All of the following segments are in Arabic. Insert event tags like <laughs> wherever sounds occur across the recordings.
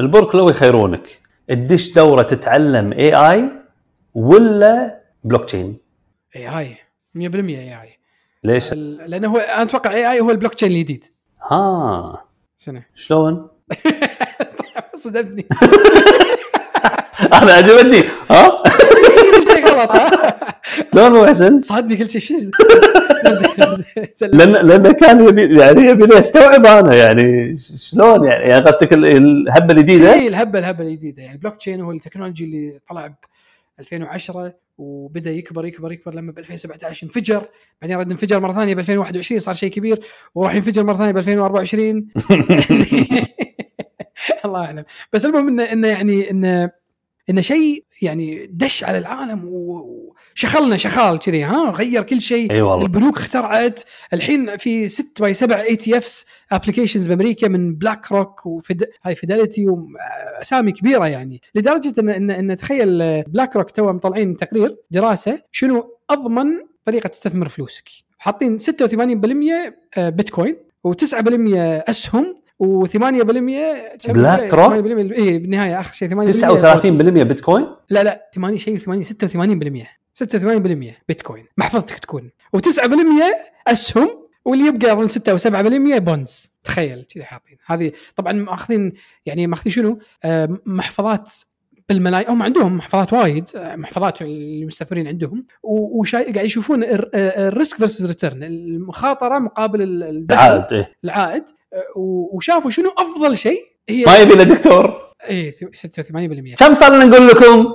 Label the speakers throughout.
Speaker 1: البوركلو يخيرونك تدش دوره تتعلم اي اي ولا بلوك تشين
Speaker 2: اي اي 100% اي اي
Speaker 1: ليش؟
Speaker 2: لانه هو انا اتوقع اي اي هو البلوك تشين الجديد
Speaker 1: ها
Speaker 2: سنه
Speaker 1: شلون؟
Speaker 2: صدمتني
Speaker 1: انا عجبتني ها؟ <laughs>
Speaker 2: غلط ها؟
Speaker 1: شلون مو حسن؟
Speaker 2: صادني كل شيء شيء
Speaker 1: لان لان كان يبي يعني يبي استوعب انا يعني شلون يعني يعني قصدك ال- الهبه الجديده؟
Speaker 2: اي الهبه الهبه الجديده يعني البلوك تشين هو التكنولوجي اللي طلع ب 2010 وبدا يكبر يكبر يكبر لما ب 2017 انفجر بعدين رد انفجر مره ثانيه ب 2021 صار شيء كبير وراح ينفجر مره ثانيه ب 2024 <laughs> الله اعلم بس المهم انه انه يعني انه انه شيء يعني دش على العالم و- وشخلنا شخال كذي ها غير كل شيء
Speaker 1: اي والله
Speaker 2: البنوك اخترعت الحين في 6 باي 7 اي تي افس ابلكيشنز بامريكا من بلاك روك وفيد... هاي فيداليتي واسامي كبيره يعني لدرجه ان ان, إن تخيل آه، بلاك روك تو مطلعين تقرير دراسه شنو اضمن طريقه تستثمر فلوسك حاطين 86% آه، بيتكوين و9% اسهم و8%
Speaker 1: بلاك روك؟
Speaker 2: اي بالنهايه اخر إيه، شيء 8%
Speaker 1: 39% بيتكوين؟
Speaker 2: لا لا 8 شيء 80 86% 86% بيتكوين محفظتك تكون و9% اسهم واللي يبقى اظن 6 او 7% بونز تخيل كذا حاطين هذه طبعا ماخذين يعني ماخذين شنو؟ آه، محفظات بالملاي هم عندهم محفظات وايد آه، محفظات المستثمرين عندهم و- وشا... قاعد يشوفون الر- آه، الريسك فيرسز ريتيرن المخاطره مقابل ال- الدخل
Speaker 1: تعال إيه.
Speaker 2: العائد آه، و- وشافوا شنو افضل شيء هي إيه،
Speaker 1: ما يبي الا دكتور
Speaker 2: اي 86%
Speaker 1: كم صار لنا نقول لكم؟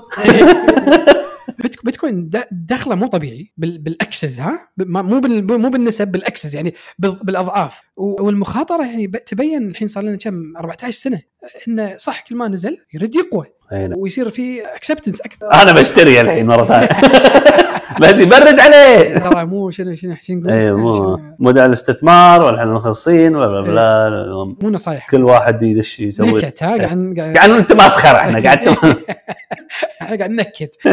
Speaker 2: بيتك- بيتكوين د- دخله مو طبيعي بال- بالاكسس ها ب- ما- مو بال- مو بالنسب بالاكسس يعني بال- بالاضعاف و- والمخاطره يعني ب- تبين الحين صار لنا كم 14 سنه انه صح كل ما نزل يرد يقوى
Speaker 1: أي نعم.
Speaker 2: ويصير في اكسبتنس اكثر
Speaker 1: انا بشتري الحين مره ثانيه <laughs> بس يبرد عليه
Speaker 2: ترى مو شنو شنو شنو نقول؟
Speaker 1: اي إيه، مو
Speaker 2: شنو-
Speaker 1: مو داعي للاستثمار ولا احنا مخلصين ولا بلا بلا
Speaker 2: مو نصايح
Speaker 1: كل واحد يدش يسوي يعني
Speaker 2: نكت ها قاعد قاعد
Speaker 1: قاعد انت مسخره احنا
Speaker 2: <laughs>
Speaker 1: قاعد
Speaker 2: إحنا قاعد نكت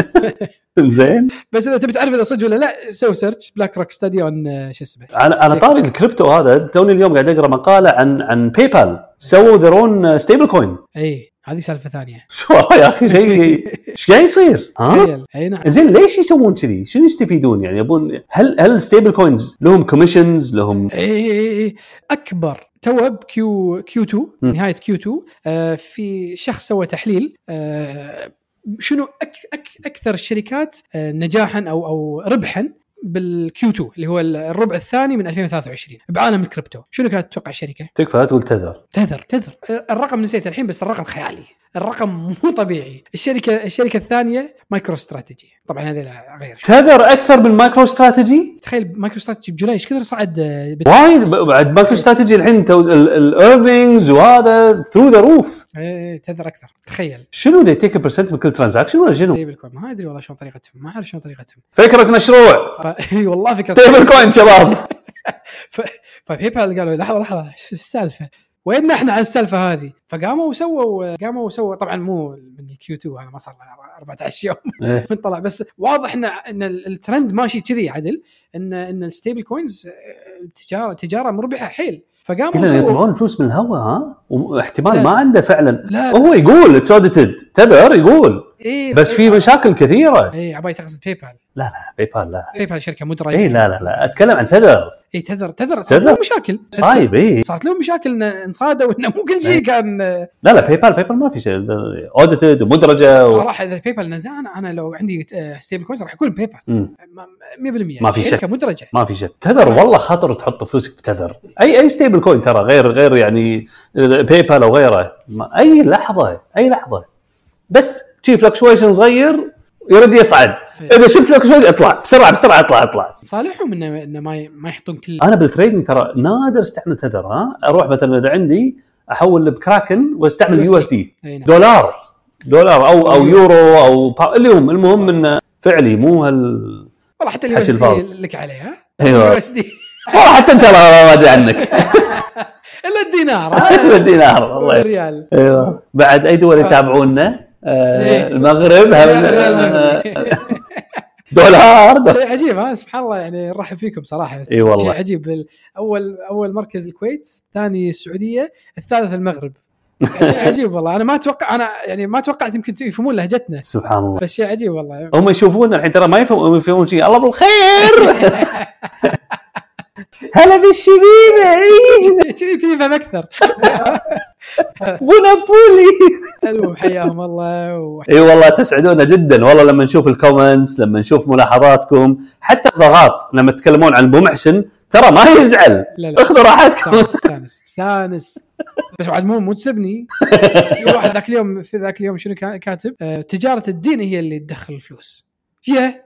Speaker 1: زين
Speaker 2: بس اذا تبي تعرف اذا صدق ولا لا سوي سيرش بلاك روك ستادي اون آه، شو اسمه
Speaker 1: انا
Speaker 2: <laughs>
Speaker 1: انا طاري الكريبتو هذا توني اليوم قاعد اقرا مقاله عن عن باي بال سووا ذير اون ستيبل كوين
Speaker 2: اي إيه، هذه سالفه ثانيه
Speaker 1: <laughs> شو والله يا اخي شيء ايش قاعد يصير؟
Speaker 2: <laughs>
Speaker 1: ها؟
Speaker 2: تخيل اي نعم
Speaker 1: زين ليش يسوون كذي؟ شنو يستفيدون يعني يبون هل هل ستيبل كوينز لهم كوميشنز لهم
Speaker 2: اي اي اي اكبر تو بكيو كيو 2
Speaker 1: مم.
Speaker 2: نهايه كيو 2 آه في شخص سوى تحليل آه شنو أك أك اكثر الشركات آه نجاحا او او ربحا بالكيو 2 اللي هو الربع الثاني من 2023 بعالم الكريبتو شنو كانت تتوقع الشركه
Speaker 1: تكفى لا تقول تذر
Speaker 2: تذر تذر آه، الرقم نسيته الحين بس الرقم خيالي الرقم مو طبيعي الشركه الشركه الثانيه مايكرو استراتيجي طبعا هذا غير شوي.
Speaker 1: تذر اكثر من مايكرو استراتيجي؟
Speaker 2: تخيل مايكرو استراتيجي بجولاي ايش كثر صعد آه، بت-
Speaker 1: وايد ب- بعد مايكرو استراتيجي الحين تو- ال- الايرنينجز وهذا ثرو ذا روف
Speaker 2: آه، تذر اكثر تخيل
Speaker 1: شنو ذي تيك برسنت من كل ترانزاكشن ولا شنو؟
Speaker 2: ستيبل كوين طيب ما ادري والله شلون طريقتهم ما اعرف شلون طريقتهم
Speaker 1: فكرة مشروع
Speaker 2: ف- <laughs> اي والله فكره
Speaker 1: ستيبل كوين شباب
Speaker 2: فباي بال قالوا لحظه لحظه شو السالفه؟ وين احنا على السالفه هذه؟ فقاموا وسووا قاموا وسووا طبعا مو من الكيو 2 انا ما صار لها 14 يوم <laughs>
Speaker 1: إيه.
Speaker 2: من طلع بس واضح ان ان ال- الترند ماشي كذي عدل ان ان الستيبل كوينز آه، تجاره تجاره مربحه حيل فقاموا
Speaker 1: كذا
Speaker 2: وسووا
Speaker 1: يطلعون الفلوس من الهواء ها واحتمال
Speaker 2: لا.
Speaker 1: ما عنده فعلا
Speaker 2: لا
Speaker 1: هو يقول اتس اوديتد تذر يقول
Speaker 2: إيه
Speaker 1: بس في مشاكل كثيره
Speaker 2: اي عباي تقصد باي بال
Speaker 1: باي بال لا
Speaker 2: باي بال شركه مدرجه
Speaker 1: اي لا لا لا اتكلم عن تذر
Speaker 2: اي تذر تذر صار
Speaker 1: تذر؟
Speaker 2: لهم مشاكل
Speaker 1: صايب إيه. اي
Speaker 2: صارت لهم مشاكل ان انصادوا انه مو كل شيء كان
Speaker 1: لا لا باي بال باي بال ما في شيء اوديتد ومدرجه و...
Speaker 2: صراحه اذا باي بال نزعنا انا لو عندي آه، ستيبل كوينز راح يكون باي بال
Speaker 1: مم،
Speaker 2: 100%
Speaker 1: ما في
Speaker 2: شركه
Speaker 1: شك.
Speaker 2: مدرجه
Speaker 1: ما في شيء تذر والله خطر تحط فلوسك بتذر اي اي ستيبل كوين ترى غير غير يعني باي بال او غيره ما- اي لحظه اي لحظه بس شي فلكشويشن صغير يرد يصعد اذا شفت فلكشويشن اطلع بسرعه بسرعه اطلع اطلع
Speaker 2: صالحهم انه انه ما ي- ما يحطون كل
Speaker 1: انا بالتريدنج ترى نادر استعمل تذر ها اروح مثلا اذا عندي احول بكراكن واستعمل يو اس دي
Speaker 2: أي نعم.
Speaker 1: دولار دولار او او يورو او با... اليوم المهم انه فعلي مو هال
Speaker 2: والله حتى اليو اس
Speaker 1: حشي الفاضي.
Speaker 2: دي لك عليها اليو
Speaker 1: ايوه
Speaker 2: اس <laughs> دي
Speaker 1: والله حتى انت لا ما ادري <laughs> عنك
Speaker 2: الا
Speaker 1: <laughs>
Speaker 2: الدينار آه،
Speaker 1: بالدينار والله
Speaker 2: الريال
Speaker 1: ايوه بعد اي دول يتابعونا
Speaker 2: إيه.
Speaker 1: آه المغرب هم-
Speaker 2: المغرب.
Speaker 1: آه، دولار دولار.
Speaker 2: <laughs> شيء عجيب ها سبحان الله يعني نرحب فيكم صراحه بس
Speaker 1: اي والله.
Speaker 2: شيء عجيب ال- اول اول مركز الكويت ثاني السعوديه الثالث المغرب يعني شيء عجيب والله انا ما اتوقع انا يعني ما توقعت يمكن يفهمون لهجتنا
Speaker 1: سبحان الله
Speaker 2: بس شيء عجيب
Speaker 1: <laughs>
Speaker 2: والله
Speaker 1: هم يشوفونا الحين ترى ما يفهمون يفهمون شيء الله بالخير هلا بالشبيبه <laughs> إيه،
Speaker 2: يمكن يفهم اكثر
Speaker 1: بون ابولي
Speaker 2: المهم حياهم الله و...
Speaker 1: اي والله تسعدونا جدا والله لما نشوف الكومنتس لما نشوف ملاحظاتكم حتى الضغط لما تتكلمون عن ابو محسن ترى ما يزعل
Speaker 2: لا
Speaker 1: <laughs>
Speaker 2: لا
Speaker 1: اخذوا راحتكم
Speaker 2: استانس استانس استانس بس بعد مو
Speaker 1: <laughs>
Speaker 2: مو تسبني في واحد ذاك اليوم في ذاك اليوم شنو كا- كاتب آه، تجاره الدين هي اللي تدخل الفلوس يا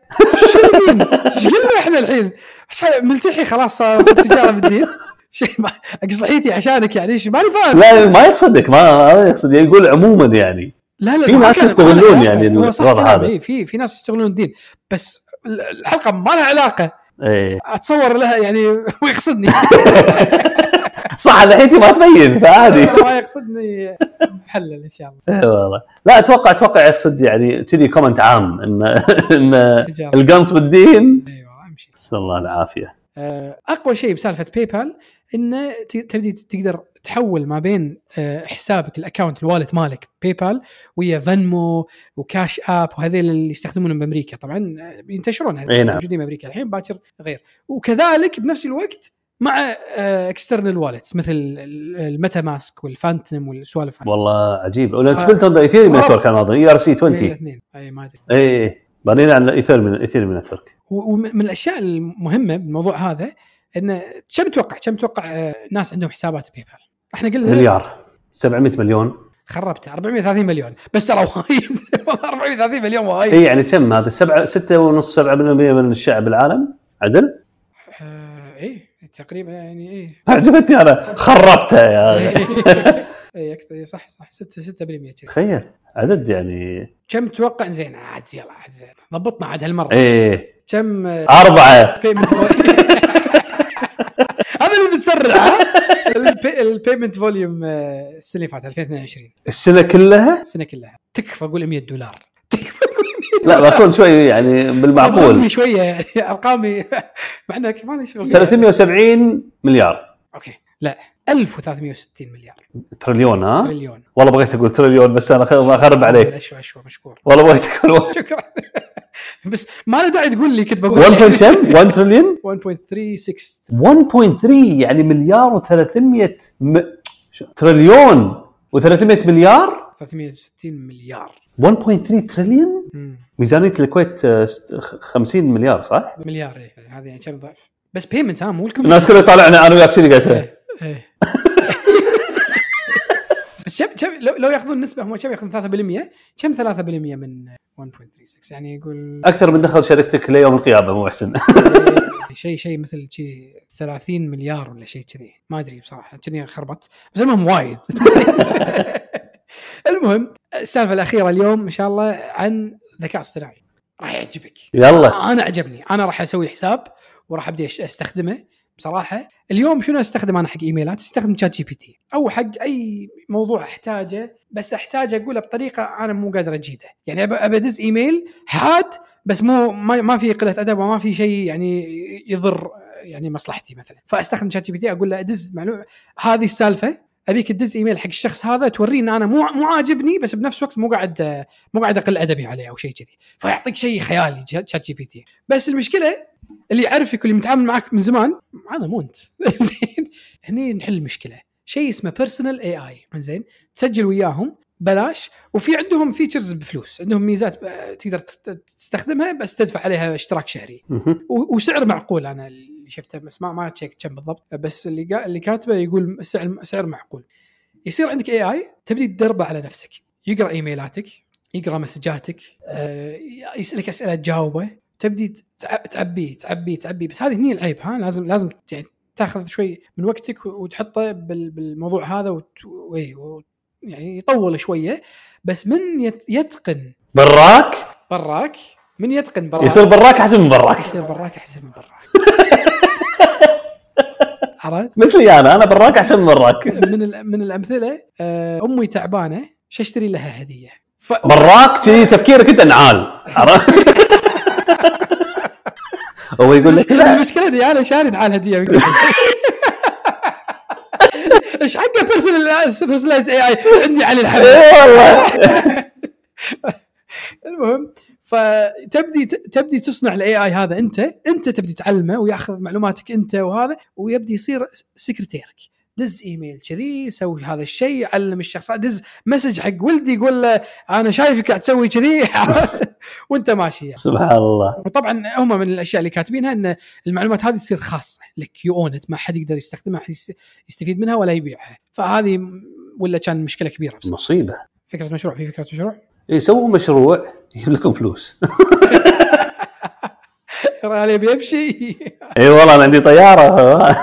Speaker 2: شنو الدين؟ ايش قلنا احنا الحين؟ إيش ح- ملتحي خلاص صار صار تجاره بالدين <laughs> شيء ما اقص لحيتي عشانك يعني ايش ماني فاهم
Speaker 1: لا ما يقصدك ما ما يقصد يقول عموما يعني
Speaker 2: لا لا
Speaker 1: في
Speaker 2: ما
Speaker 1: ناس
Speaker 2: كان- ما
Speaker 1: يستغلون
Speaker 2: له علاقة.
Speaker 1: يعني
Speaker 2: هو صح
Speaker 1: الوضع
Speaker 2: كلام،
Speaker 1: هذا.
Speaker 2: إيه، في في ناس يستغلون الدين بس الحلقه ما لها علاقه
Speaker 1: ايه
Speaker 2: اتصور لها يعني <laughs> ويقصدني
Speaker 1: صح الحين ما تبين فعادي <laughs>
Speaker 2: ما يقصدني محلل ان شاء الله
Speaker 1: إيه والله لا اتوقع اتوقع يقصد يعني كذي كومنت عام ان <laughs> ان
Speaker 2: تجاره
Speaker 1: القنص بالدين
Speaker 2: ايوه امشي
Speaker 1: نسال الله العافيه
Speaker 2: آه، اقوى شيء بسالفه باي بال انه ت- تبدي تقدر تحول ما بين آه، حسابك الاكونت الوالت مالك باي بال ويا فنمو وكاش اب وهذيل اللي يستخدمونهم بامريكا طبعا آه، ينتشرون هذول
Speaker 1: إي نعم.
Speaker 2: موجودين بامريكا الحين باكر غير وكذلك بنفس الوقت مع اكسترنال والتس مثل ال- الميتا ماسك والفانتم والسوالف هذه.
Speaker 1: والله عجيب ولا تبلت هذا ايثيريوم
Speaker 2: آه.
Speaker 1: نتورك E انا اظن اي ار سي 20
Speaker 2: الاثنين اي ما ادري
Speaker 1: اي بنينا على الايثيريوم الايثيريوم نتورك
Speaker 2: و- ومن من الاشياء المهمه بالموضوع هذا انه كم تتوقع كم تتوقع آه، ناس عندهم حسابات باي بال؟ احنا قلنا
Speaker 1: مليار 700 مليون
Speaker 2: خربتها 430 مليون بس ترى وايد والله 430 مليون وايد
Speaker 1: اي يعني كم هذا 7 6 ونص 7% من الشعب العالم عدل؟ <laughs>
Speaker 2: آه، ايه تقريبا يعني ايه
Speaker 1: عجبتني انا خربتها يا أخي.
Speaker 2: اي اكثر إيه، صح صح 6 6% كذا
Speaker 1: تخيل عدد يعني
Speaker 2: كم توقع زين عاد يلا عاد زين ضبطنا عاد هالمره
Speaker 1: ايه
Speaker 2: كم آه،
Speaker 1: اربعه
Speaker 2: payment vol- <laughs> هذا اللي بتسرع ها؟ البي- البيمنت فوليوم آه، السنه اللي فاتت 2022
Speaker 1: السنه كلها؟
Speaker 2: السنه كلها تكفى اقول 100 دولار <laughs>
Speaker 1: لا بكون شوي يعني
Speaker 2: أرقامي
Speaker 1: بالمعقول
Speaker 2: شويه يعني <laughs> ارقامي مع انها كمان شغل
Speaker 1: 370 مليار
Speaker 2: اوكي لا 1360 مليار
Speaker 1: تريليون ها؟
Speaker 2: تريليون
Speaker 1: والله بغيت اقول تريليون بس انا خ- اخرب عليك
Speaker 2: اشوى اشوى مشكور <laughs>
Speaker 1: والله بغيت اقول
Speaker 2: شكرا بس ما له داعي تقول لي كنت
Speaker 1: 1
Speaker 2: بقول
Speaker 1: بوينت كم؟ 1 تريليون؟
Speaker 2: 1.36
Speaker 1: 1.3 يعني مليار و300 م... شو- تريليون و300 مليار
Speaker 2: 360 مليار
Speaker 1: 1.3 تريليون
Speaker 2: مم.
Speaker 1: ميزانيه الكويت آه، ست- خ- 50 مليار صح؟
Speaker 2: مليار ايه هذه يعني كم ضعف بس بيمنت ها مو الكم
Speaker 1: الناس كلها طالعنا انا وياك كذي قاعد
Speaker 2: إيه، <laughs> إيه. بس كم كم لو, لو ياخذون نسبه هم كم ياخذون 3% كم 3% من 1.36 يعني يقول
Speaker 1: اكثر من دخل شركتك ليوم القيامه مو محسن
Speaker 2: إيه، <laughs> شيء شيء مثل شي 30 مليار ولا شيء كذي ما ادري بصراحه كني خربت بس المهم وايد <laughs> المهم السالفه الاخيره اليوم ان شاء الله عن ذكاء اصطناعي راح يعجبك
Speaker 1: <laughs> يلا
Speaker 2: انا آه، عجبني انا راح اسوي حساب وراح ابدي أش- استخدمه بصراحه اليوم شنو استخدم انا حق ايميلات استخدم شات جي بي تي او حق اي موضوع احتاجه بس احتاجه اقوله بطريقه انا مو قادر اجيده يعني أب- ابى ادز ايميل حاد بس مو ما, ما في قله ادب وما في شيء يعني يضر يعني مصلحتي مثلا فاستخدم شات جي بي تي اقول له ادز معلومه هذه السالفه ابيك تدز ايميل حق الشخص هذا توريه ان انا مو مو عاجبني بس بنفس الوقت مو قاعد مو قاعد اقل ادبي عليه او شيء كذي فيعطيك شيء خيالي جا- شات جي بي تي بس المشكله اللي يعرفك واللي متعامل معك من زمان هذا مو انت <laughs> زين هني نحل المشكله شيء اسمه بيرسونال اي اي زين تسجل وياهم بلاش وفي عندهم فيتشرز بفلوس عندهم ميزات آه، تقدر تت- تستخدمها بس تدفع عليها اشتراك شهري
Speaker 1: مهم.
Speaker 2: و- وسعر معقول انا اللي شفته بس ما ما تشيك كم بالضبط بس اللي قا... اللي كاتبه يقول سعر سعر معقول يصير عندك اي اي تبدي تدربه على نفسك يقرا ايميلاتك يقرا مسجاتك آه، يسالك اسئله تجاوبه تبدي تع- تعبيه تعبيه تعبيه بس هذه هني العيب ها لازم لازم يعني تاخذ شوي من وقتك و- وتحطه بال- بالموضوع هذا وت... وي- و... يعني يطول شويه بس من يت... يتقن
Speaker 1: براك
Speaker 2: براك من يتقن براك
Speaker 1: يصير براك احسن من براك
Speaker 2: يصير براك احسن من براك <laughs> عرفت؟
Speaker 1: مثلي انا انا براك احسن من براك
Speaker 2: من ال- من الامثله آه، امي تعبانه شو اشتري لها هديه؟ ف...
Speaker 1: براك كذي تفكيرك انت نعال عرفت؟ <laughs> هو يقول لك لا
Speaker 2: <laughs> المشكله اني انا شاري على هديه ايش حقه بيرسونلايز اي اي عندي علي الحبل
Speaker 1: إيه والله
Speaker 2: المهم فتبدي تبدي تصنع الاي اي هذا انت انت تبدي تعلمه وياخذ معلوماتك انت وهذا ويبدي يصير سكرتيرك دز ايميل كذي سوي هذا الشيء علم الشخص دز مسج حق ولدي يقول له انا شايفك قاعد تسوي كذي <laughs> وانت ماشي يعني.
Speaker 1: سبحان الله
Speaker 2: وطبعا هم من الاشياء اللي كاتبينها ان المعلومات هذه تصير خاصه لك يو اون ما حد يقدر يستخدمها ما حد يست- يستفيد منها ولا يبيعها فهذه م- ولا كان مشكله كبيره بصراحه
Speaker 1: مصيبه
Speaker 2: فكره مشروع في فكره مشروع <laughs>
Speaker 1: يسوون إيه، مشروع يجيب لكم <laughs> فلوس
Speaker 2: ترى علي بيمشي
Speaker 1: اي والله انا عندي طياره <laughs>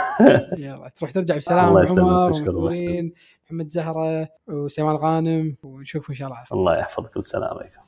Speaker 2: يلا تروح ترجع بالسلامه
Speaker 1: الله يسلمك،
Speaker 2: عمر
Speaker 1: أشكر الله
Speaker 2: ومحمد زهره وسيمان الغانم ونشوف ان شاء الله على خير.
Speaker 1: الله يحفظكم السلام عليكم